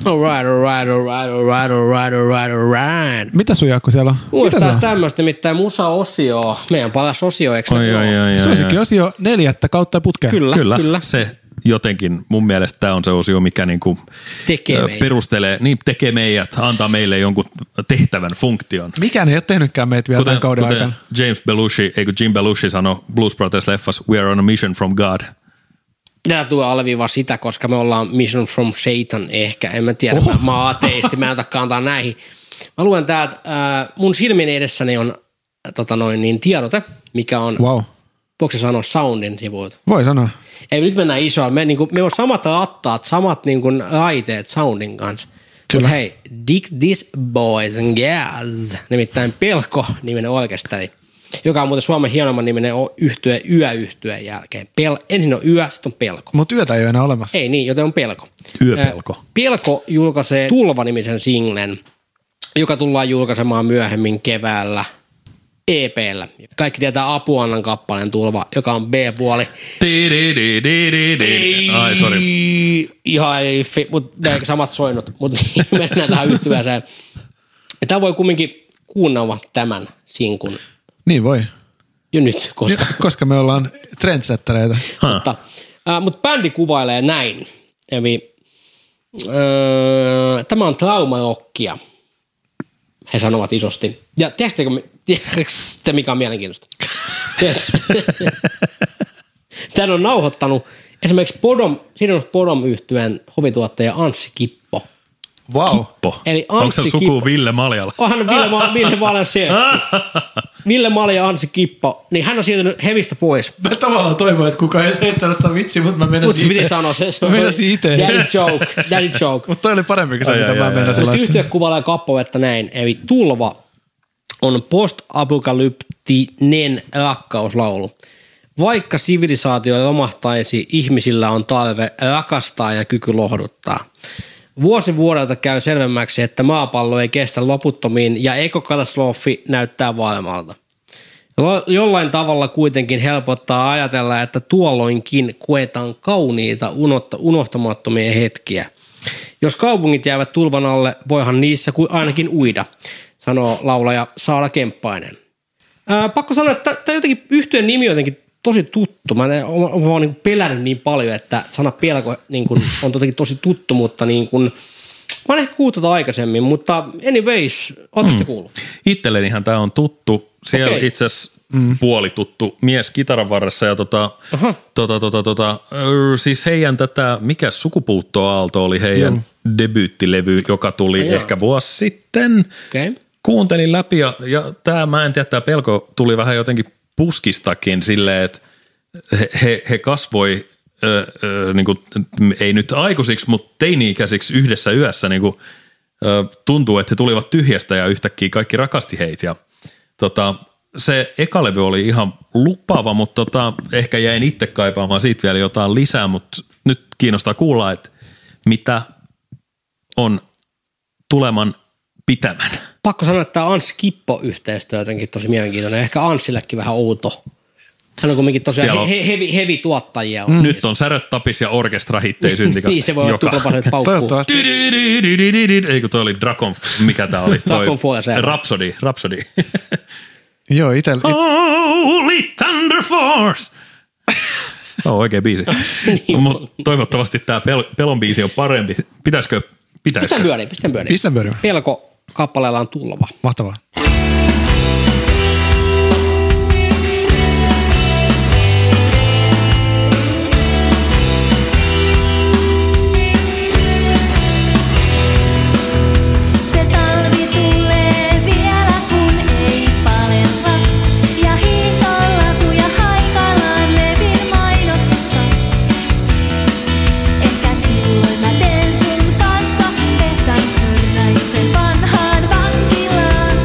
Speaker 3: Alright, alright, alright, alright, alright, alright, alright.
Speaker 2: Mitä sun Jaakko siellä on?
Speaker 3: Muista
Speaker 2: Mitä
Speaker 3: taas
Speaker 2: se on?
Speaker 3: tämmöistä nimittäin musa-osioa. Meidän paras osio, eikö
Speaker 1: Oi,
Speaker 3: se
Speaker 1: oi,
Speaker 3: ole?
Speaker 1: oi, oi,
Speaker 2: Suosikki
Speaker 1: oi.
Speaker 2: osio neljättä kautta putkeen.
Speaker 3: Kyllä,
Speaker 1: Kyllä,
Speaker 3: kyllä.
Speaker 1: kyllä, se jotenkin mun mielestä tämä on se osio, mikä niinku
Speaker 3: Tekee
Speaker 1: ö,
Speaker 3: meidät.
Speaker 1: perustelee, niin tekee meidät, antaa meille jonkun tehtävän, funktion.
Speaker 2: Mikään ei ole tehnytkään meitä vielä tämän kauden
Speaker 1: kuten
Speaker 2: aikana.
Speaker 1: James Belushi, eikö Jim Belushi sanoi Blues Brothers-leffas, we are on a mission from God.
Speaker 3: Tämä tuo alleviivaa sitä, koska me ollaan Mission from Satan ehkä. En mä tiedä, mä, mä oon ateisti, mä en ota kantaa näihin. Mä luen täältä, äh, mun silmin edessäni on äh, tota noin, niin tiedote, mikä on, wow.
Speaker 2: Wow.
Speaker 3: voiko se sanoa soundin sivuilta?
Speaker 2: Voi sanoa.
Speaker 3: Ei nyt mennään isoa. Me, niin kuin, me on samat rattaat, samat niin kuin, raiteet soundin kanssa. Mutta hei, Dick This Boys and Girls, nimittäin Pelko niminen orkesteri, joka on muuten Suomen hienomman niminen o- yhtye yöyhtyön jälkeen. Pel, ensin on yö, sitten on pelko.
Speaker 2: Mutta yötä ei ole enää olemassa.
Speaker 3: Ei niin, joten on pelko.
Speaker 1: Yöpelko.
Speaker 3: Ö, Pelko julkaisee Tulva-nimisen singlen, joka tullaan julkaisemaan myöhemmin keväällä EPllä. Kaikki tietää Apuannan kappaleen Tulva, joka on B-puoli.
Speaker 1: Di-di-di-di-di-di. Ai, sorry.
Speaker 3: Ihan ei, mutta samat soinut, mutta mennään tähän yhtyväseen. Tämä voi kumminkin kuunnella tämän sinkun
Speaker 2: Niin voi.
Speaker 3: jo nyt, koska...
Speaker 2: Koska me ollaan trendsettereitä.
Speaker 3: Mutta, äh, mutta bändi kuvailee näin. Eli öö, tämä on traumarokkia, he sanovat isosti. Ja tiedättekö, mi- tiedättekö te, mikä on mielenkiintoista? Se, että tämän on nauhoittanut esimerkiksi Podom, Sidonus Podom yhtyeen hovituottaja Anssi Kippo.
Speaker 2: Wow.
Speaker 1: Po.
Speaker 3: Eli
Speaker 1: Onko
Speaker 3: Anssi
Speaker 1: se suku
Speaker 3: Kippo.
Speaker 1: Ville Ah! Maljalla?
Speaker 3: Onhan Ville, Ma- Ville Maali siellä. Ville Maali ja Anssi Kippo, niin hän on siirtynyt hevistä pois.
Speaker 2: Mä tavallaan toivon, että kukaan ei selittänyt sitä vitsiä, mutta mä
Speaker 3: Mutta
Speaker 2: menisin
Speaker 3: piti sanoa se. se
Speaker 2: Mä menisin itse.
Speaker 3: Daddy joke, daddy joke.
Speaker 2: Mutta toi oli parempi kuin se,
Speaker 1: Ai,
Speaker 2: mitä
Speaker 1: ai,
Speaker 2: mä
Speaker 1: ai,
Speaker 2: menisin
Speaker 3: Mutta
Speaker 2: laittaa.
Speaker 3: yhtiö kuvailee kappaletta näin, eli Tulva on postapokalyptinen rakkauslaulu. Vaikka sivilisaatio romahtaisi, ihmisillä on tarve rakastaa ja kyky lohduttaa. Vuosi vuodelta käy selvemmäksi, että maapallo ei kestä loputtomiin ja ekokatastrofi näyttää varmalta. Lo- Jollain tavalla kuitenkin helpottaa ajatella, että tuolloinkin koetaan kauniita unohta- unohtamattomia hetkiä. Jos kaupungit jäävät tulvan alle, voihan niissä kuin ainakin uida, sanoo laulaja Saara Kemppainen. Ää, pakko sanoa, että tämä jotenkin yhtiön nimi on jotenkin tosi tuttu. Mä, en, mä, mä oon niin pelännyt niin paljon, että sana pelko niin kuin, on jotenkin tosi tuttu, mutta niin kuin, mä oon ehkä kuullut tätä aikaisemmin, mutta anyways, ootteko te kuullut?
Speaker 1: Itsellenihan tämä on tuttu. Siellä
Speaker 3: Okei.
Speaker 1: okay. itse asiassa mm. puolituttu mies kitaran varressa ja tota,
Speaker 3: Aha.
Speaker 1: tota, tota, tota, ö, siis heidän tätä, mikä sukupuuttoaalto oli heidän mm. debyyttilevy, joka tuli
Speaker 3: Ai jaa.
Speaker 1: ehkä vuosi sitten.
Speaker 3: Okei.
Speaker 1: Kuuntelin läpi ja, ja tämä, mä en tiedä, tämä pelko tuli vähän jotenkin puskistakin silleen, että he, he, he kasvoi ö, ö, niin kuin, ei nyt aikuisiksi, mutta teini-ikäisiksi yhdessä yössä niin kuin, ö, tuntuu, että he tulivat tyhjästä ja yhtäkkiä kaikki rakasti heitä. Ja, tota, se eka levy oli ihan lupaava, mutta tota, ehkä jäin itse kaipaamaan siitä vielä jotain lisää, mutta nyt kiinnostaa kuulla, että mitä on tuleman pitämän.
Speaker 3: pakko sanoa, että tämä Anssi Kippo-yhteistyö jotenkin tosi mielenkiintoinen. Ehkä Anssillekin vähän outo. Hän on kuitenkin tosiaan
Speaker 1: Siellä on- Mm,
Speaker 3: he, he, hevi, hevi tuottajia. On.
Speaker 1: Nyt on säröt tapis ja orkestra hittei syntikasta.
Speaker 3: niin se voi olla tuplapaset paukkuu.
Speaker 2: Toivottavasti.
Speaker 1: Ei kun toi oli Dragon, mikä tää oli? Toi
Speaker 3: Dragon Force.
Speaker 1: Rhapsody, Rhapsody.
Speaker 2: Joo, itel, it,
Speaker 1: Holy Thunder Force! Tämä on oikea biisi. Mut toivottavasti tämä pel- pelon biisi on parempi. Pitäisikö?
Speaker 3: Pistän
Speaker 1: Pitäisikö?
Speaker 3: pyöriin, pistän pyöriin.
Speaker 2: pistän pyörimään.
Speaker 3: Pelko kappaleella on tulva.
Speaker 2: Mahtavaa.
Speaker 6: Se talvi tulee vielä kun ei palella ja hiihtolatu ja haikallaan levin mainoksesta. Ehkä silloin mä teen sun kanssa pesän sörnäisten vanhaan vankilaan.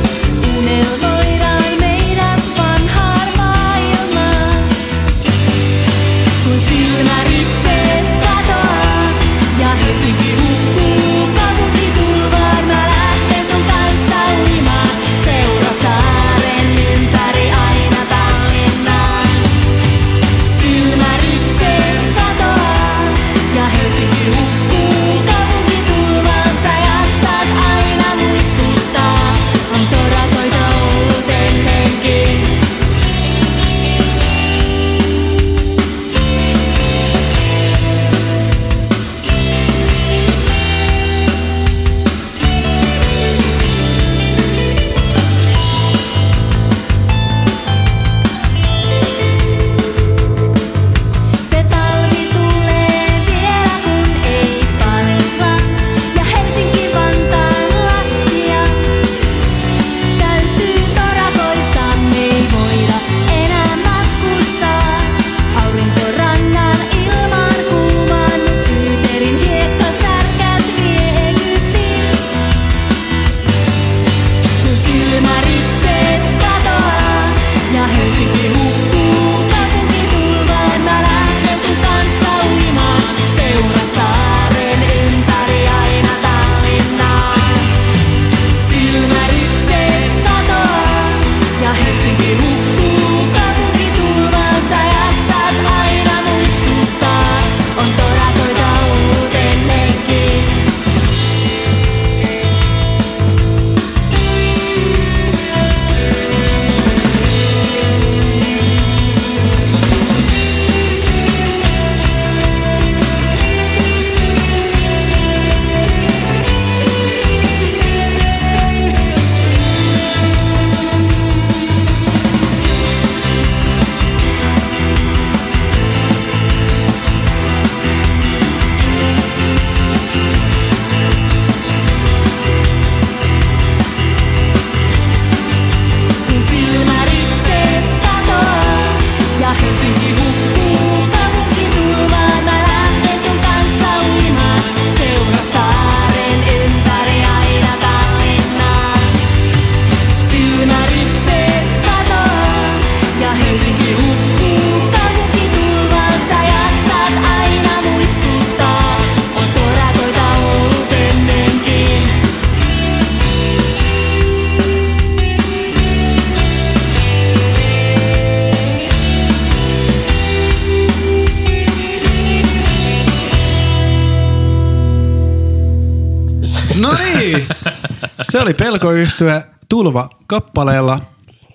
Speaker 3: No
Speaker 2: Niin. Se oli pelkoyhtyä Tulva kappaleella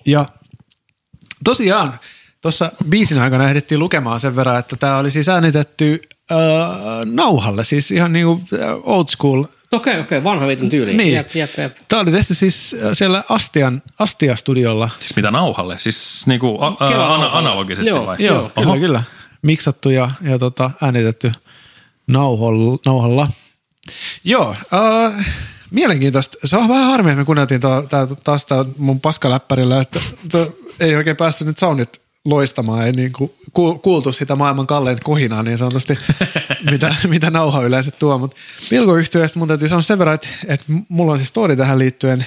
Speaker 2: ja tosiaan tuossa biisin aikana ehdittiin lukemaan sen verran, että tämä oli siis äänitetty äh, nauhalle, siis ihan niin kuin old school.
Speaker 3: Okei, okei, vanha viitun tyyli.
Speaker 2: Niin.
Speaker 3: Jep, jep, jep.
Speaker 2: Tämä oli tehty siis äh, siellä Astian, Astia-studiolla.
Speaker 1: Siis mitä nauhalle? Siis niinku a, a, ana, analogisesti
Speaker 3: Joo,
Speaker 1: vai?
Speaker 2: Joo, Joo kyllä,
Speaker 1: Oho.
Speaker 2: kyllä. Miksattu ja, ja tota, äänitetty nauholla. nauhalla. Joo, äh, mielenkiintoista. Se on vähän harmi, että me kuunneltiin tää, tää, taas tää mun paskaläppärillä, että tää, ei oikein päässyt nyt soundit loistamaan, ei niin kuin kuultu sitä maailman kalleinta kohinaa niin sanotusti, mitä, mitä nauha yleensä tuo, mutta pilkoyhtiöistä mun täytyy sanoa sen verran, että, että mulla on siis story tähän liittyen.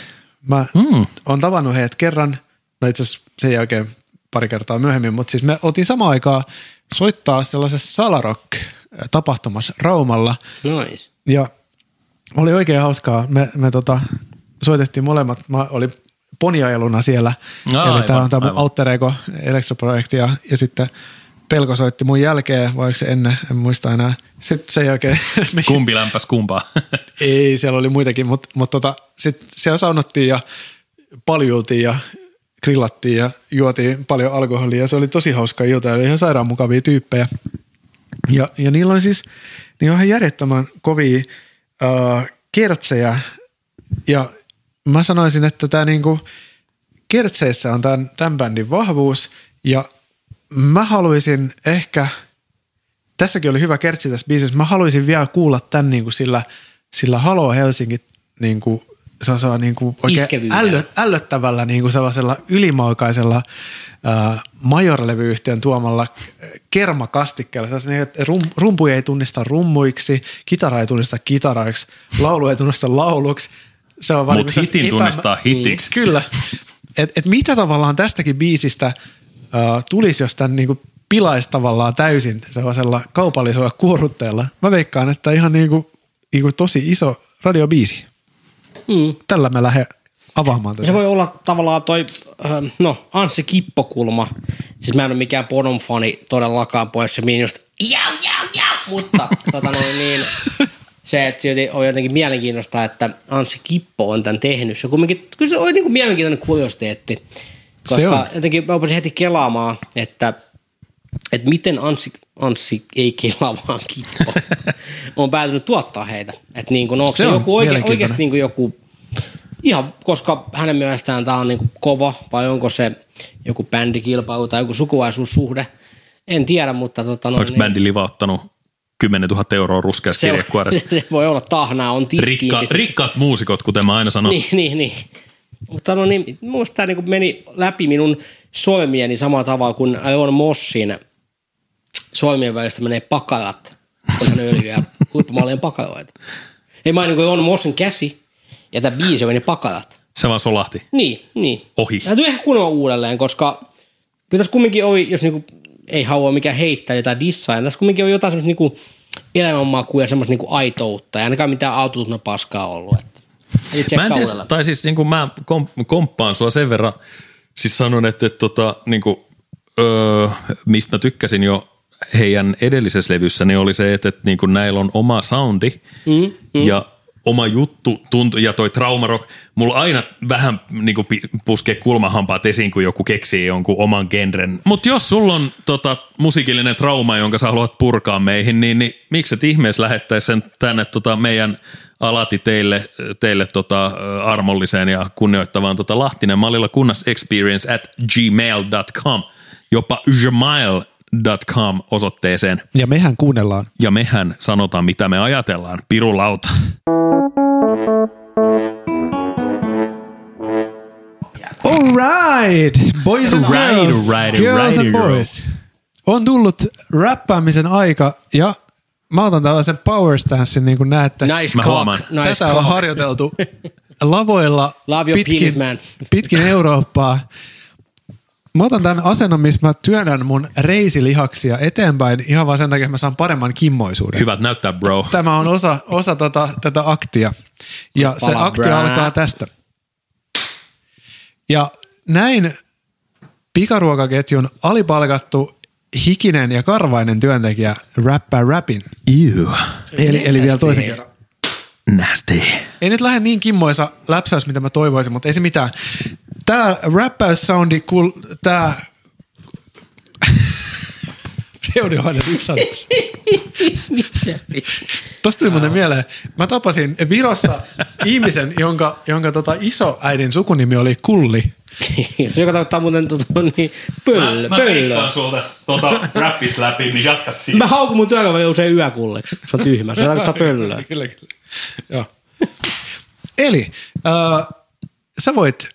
Speaker 2: Mä mm. oon tavannut heidät kerran, no itse asiassa sen jälkeen pari kertaa myöhemmin, mutta siis me oltiin samaan aikaan soittaa sellaisessa Salarock-tapahtumassa Raumalla,
Speaker 3: Nice.
Speaker 2: ja oli oikein hauskaa. Me, me tota, soitettiin molemmat. Mä olin poniajeluna siellä.
Speaker 1: Aa,
Speaker 2: Eli
Speaker 1: No aivan,
Speaker 2: tämä on tämä mun
Speaker 1: aivan.
Speaker 2: Alter Ego elektroprojekti ja, ja sitten Pelko soitti mun jälkeen, vai oliko se ennen, en muista enää. Sitten sen jälkeen,
Speaker 1: Kumpi lämpäs kumpaa?
Speaker 2: ei, siellä oli muitakin, mutta mut tota, sitten siellä saunottiin ja paljultiin ja grillattiin ja juotiin paljon alkoholia ja se oli tosi hauska ilta ja oli ihan sairaan mukavia tyyppejä. Ja, ja niillä on siis, niillä on ihan järjettömän kovia äh, kertsejä ja mä sanoisin, että tämä niinku, kertseissä on tämän, tämän bändin vahvuus ja mä haluaisin ehkä – tässäkin oli hyvä kertsi tässä biisissä. Mä haluaisin vielä kuulla tämän niin kuin sillä, sillä Halo Helsinki niin kuin, se on niin kuin oikein
Speaker 3: Iskevyydellä.
Speaker 2: ällö, ällöttävällä niin kuin sellaisella ylimalkaisella äh, majorlevyyhtiön tuomalla kermakastikkeella. Sellaisen, että rum, rumpuja ei tunnista rummuiksi, kitara ei tunnista kitaraiksi, laulu ei tunnista lauluksi. Se on vaan
Speaker 1: Mut
Speaker 2: niin kuin
Speaker 1: hitin
Speaker 2: sellaista
Speaker 1: tunnistaa hitiksi.
Speaker 2: Kyllä. Et, et mitä tavallaan tästäkin biisistä äh, tulisi, jos tämän niinku pilaisi tavallaan täysin sellaisella kaupallisella kuorutteella? Mä veikkaan, että ihan niinku, niinku tosi iso radiobiisi.
Speaker 3: Mm.
Speaker 2: Tällä mä lähden avaamaan tätä.
Speaker 3: Se voi olla tavallaan toi, ähm, no Anssi Kippokulma. Siis mä en ole mikään Bonon fani todellakaan pois se miin just jau, jau, jau, mutta tota noin niin, se, että silti on jotenkin mielenkiintoista, että Anssi Kippo on tämän tehnyt. Se kumminkin, kyllä se on niin kuin mielenkiintoinen kuriositeetti.
Speaker 2: Se on.
Speaker 3: Koska jotenkin mä rupesin heti kelaamaan, että, että miten Anssi, Anssi ei kelaa vaan Kippo on päätynyt tuottaa heitä. Että niin kuin, onko se,
Speaker 2: Se on
Speaker 3: joku oike,
Speaker 2: mielenkiintoinen.
Speaker 3: oikeasti niin kuin joku Ihan, koska hänen mielestään tämä on niinku kova, vai onko se joku bändikilpailu tai joku sukuaisuussuhde. En tiedä, mutta tota, no,
Speaker 1: Onko bändi livauttanut 10 000 euroa ruskeassa
Speaker 3: se,
Speaker 1: kirjekuoressa?
Speaker 3: se, voi olla tahnaa, on tiskiin.
Speaker 1: Rikka,
Speaker 3: pistetty.
Speaker 1: rikkaat muusikot, kuten mä aina sanon.
Speaker 3: Niin, niin, niin. Mutta no niin, mun mielestä tämä niinku meni läpi minun solmieni samalla tavalla kuin Ajon Mossin solmien välistä menee pakalat, kun hän öljyä huippumallien pakaloita. Ei mä niinku Ajon Mossin käsi ja tämä biisi meni pakalat.
Speaker 1: Se vaan solahti.
Speaker 3: Niin, niin.
Speaker 1: Ohi.
Speaker 3: Täytyy ehkä kuunnella uudelleen, koska kyllä tässä kumminkin oli, jos niinku ei halua mikään heittää jotain dissaa, niin tässä kumminkin on jotain semmoista niinku elämänmakua ja semmoista niinku aitoutta, ja ainakaan mitään autotuna paskaa ollut. Että. Eli
Speaker 1: Mä en
Speaker 3: tsekkaa
Speaker 1: tiedä,
Speaker 3: uudelleen.
Speaker 1: tai siis niin kuin mä kom, komppaan sua sen verran, siis sanon, että, että tota, niin kuin, öö, mistä mä tykkäsin jo heidän edellisessä levyssä, niin oli se, että, että niin kuin näillä on oma soundi mm, mm. ja oma juttu tuntu, ja toi traumarock, mulla aina vähän niin kuin puskee kulmahampaat esiin, kun joku keksii jonkun oman genren. Mutta jos sulla on tota, musiikillinen trauma, jonka sä haluat purkaa meihin, niin, niin miksi et ihmeessä lähettäisi sen tänne tota, meidän alati teille, teille tota, ö, armolliseen ja kunnioittavaan tota, Lahtinen mallilla kunnas experience at gmail.com, jopa gmail.com osoitteeseen.
Speaker 2: Ja mehän kuunnellaan.
Speaker 1: Ja mehän sanotaan, mitä me ajatellaan. Pirulauta.
Speaker 2: All right, boys and
Speaker 1: All right,
Speaker 2: girls,
Speaker 1: all right, all
Speaker 2: girls
Speaker 1: right,
Speaker 2: and
Speaker 1: all right.
Speaker 2: boys. On tullut räppäämisen aika ja mä otan tällaisen power stanssin, niin kuin näette.
Speaker 3: Nice
Speaker 1: Mä
Speaker 3: cock,
Speaker 1: huomaan.
Speaker 3: nice
Speaker 2: Tätä
Speaker 3: cock.
Speaker 2: on harjoiteltu lavoilla
Speaker 3: Love your penis,
Speaker 2: pitkin,
Speaker 3: man.
Speaker 2: pitkin Eurooppaa. Mä otan tämän asennon, missä mä työnnän mun reisilihaksia eteenpäin ihan vaan sen takia, että mä saan paremman kimmoisuuden.
Speaker 1: Hyvät näyttää, bro.
Speaker 2: Tämä on osa, osa tota, tätä aktia. Ja se
Speaker 3: Pala
Speaker 2: akti
Speaker 3: brää.
Speaker 2: alkaa tästä. Ja näin pikaruokaketjun alipalkattu hikinen ja karvainen työntekijä räppää rapin.
Speaker 1: Ew.
Speaker 2: Eli, eli vielä toisen kerran.
Speaker 1: Nasty.
Speaker 2: Ei nyt lähde niin kimmoisa läpsäys, mitä mä toivoisin, mutta ei se mitään. Tää räppäyssoundi, kuul... tää... Seudi on aina yksi sanotus. Tuosta tuli muuten mieleen. Mä tapasin Virossa ihmisen, jonka, jonka tota isoäidin sukunimi oli Kulli.
Speaker 3: Se joka tarkoittaa muuten tota, niin, pöllö, mä, pöllö. Mä,
Speaker 1: sulla tästä tota, rappis läpi, niin jatka siitä.
Speaker 3: mä haukun mun työkaveria usein yökulleksi. Se on tyhmä. Se tarkoittaa pöllöä.
Speaker 2: Kyllä, kyllä. Joo. Eli äh, sä, voit,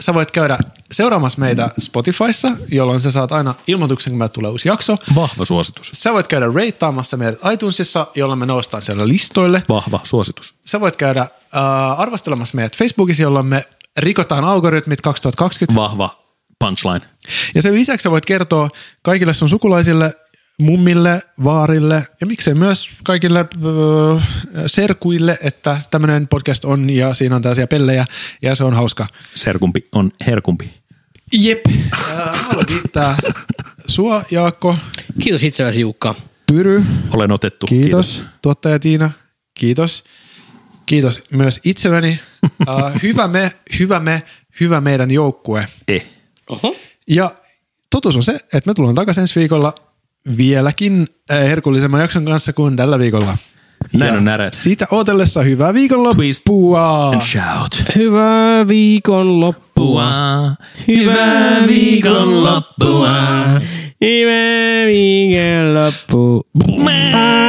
Speaker 2: sä voit käydä seuraamassa meitä Spotifyssa, jolloin sä saat aina ilmoituksen, kun meillä tulee uusi jakso.
Speaker 1: Vahva suositus.
Speaker 2: Sä voit käydä reittaamassa meidät iTunesissa, jolloin me noustaan siellä listoille.
Speaker 1: Vahva suositus.
Speaker 2: Sä voit käydä äh, arvostelemassa meidät Facebookissa, jolloin me rikotaan algoritmit 2020.
Speaker 1: Vahva punchline.
Speaker 2: Ja sen lisäksi sä voit kertoa kaikille sun sukulaisille, mummille, vaarille ja miksei myös kaikille öö, serkuille, että tämmöinen podcast on ja siinä on tällaisia pellejä ja se on hauska.
Speaker 1: Serkumpi on herkumpi.
Speaker 2: Jep. Ää, Äh, Haluan kiittää sua, Jaakko,
Speaker 3: Kiitos itseäsi Jukka.
Speaker 2: Pyry,
Speaker 1: Olen otettu.
Speaker 2: kiitos, tuottaja Tiina, kiitos. Kiitos myös itselleni. Ää, hyvä me, hyvä me, hyvä meidän joukkue.
Speaker 1: kiitos. Eh.
Speaker 3: Oho.
Speaker 2: Ja totuus on se, että me tullaan takaisin ensi viikolla vieläkin äh, herkullisemman jakson kanssa kuin tällä viikolla.
Speaker 1: Näin
Speaker 2: Ja
Speaker 1: on närät.
Speaker 2: Siitä odotellessa hyvää viikonloppua.
Speaker 1: And shout.
Speaker 3: Hyvää viikonloppua.
Speaker 1: Hyvää viikonloppua.
Speaker 3: Hyvää viikonloppua.
Speaker 1: Mä.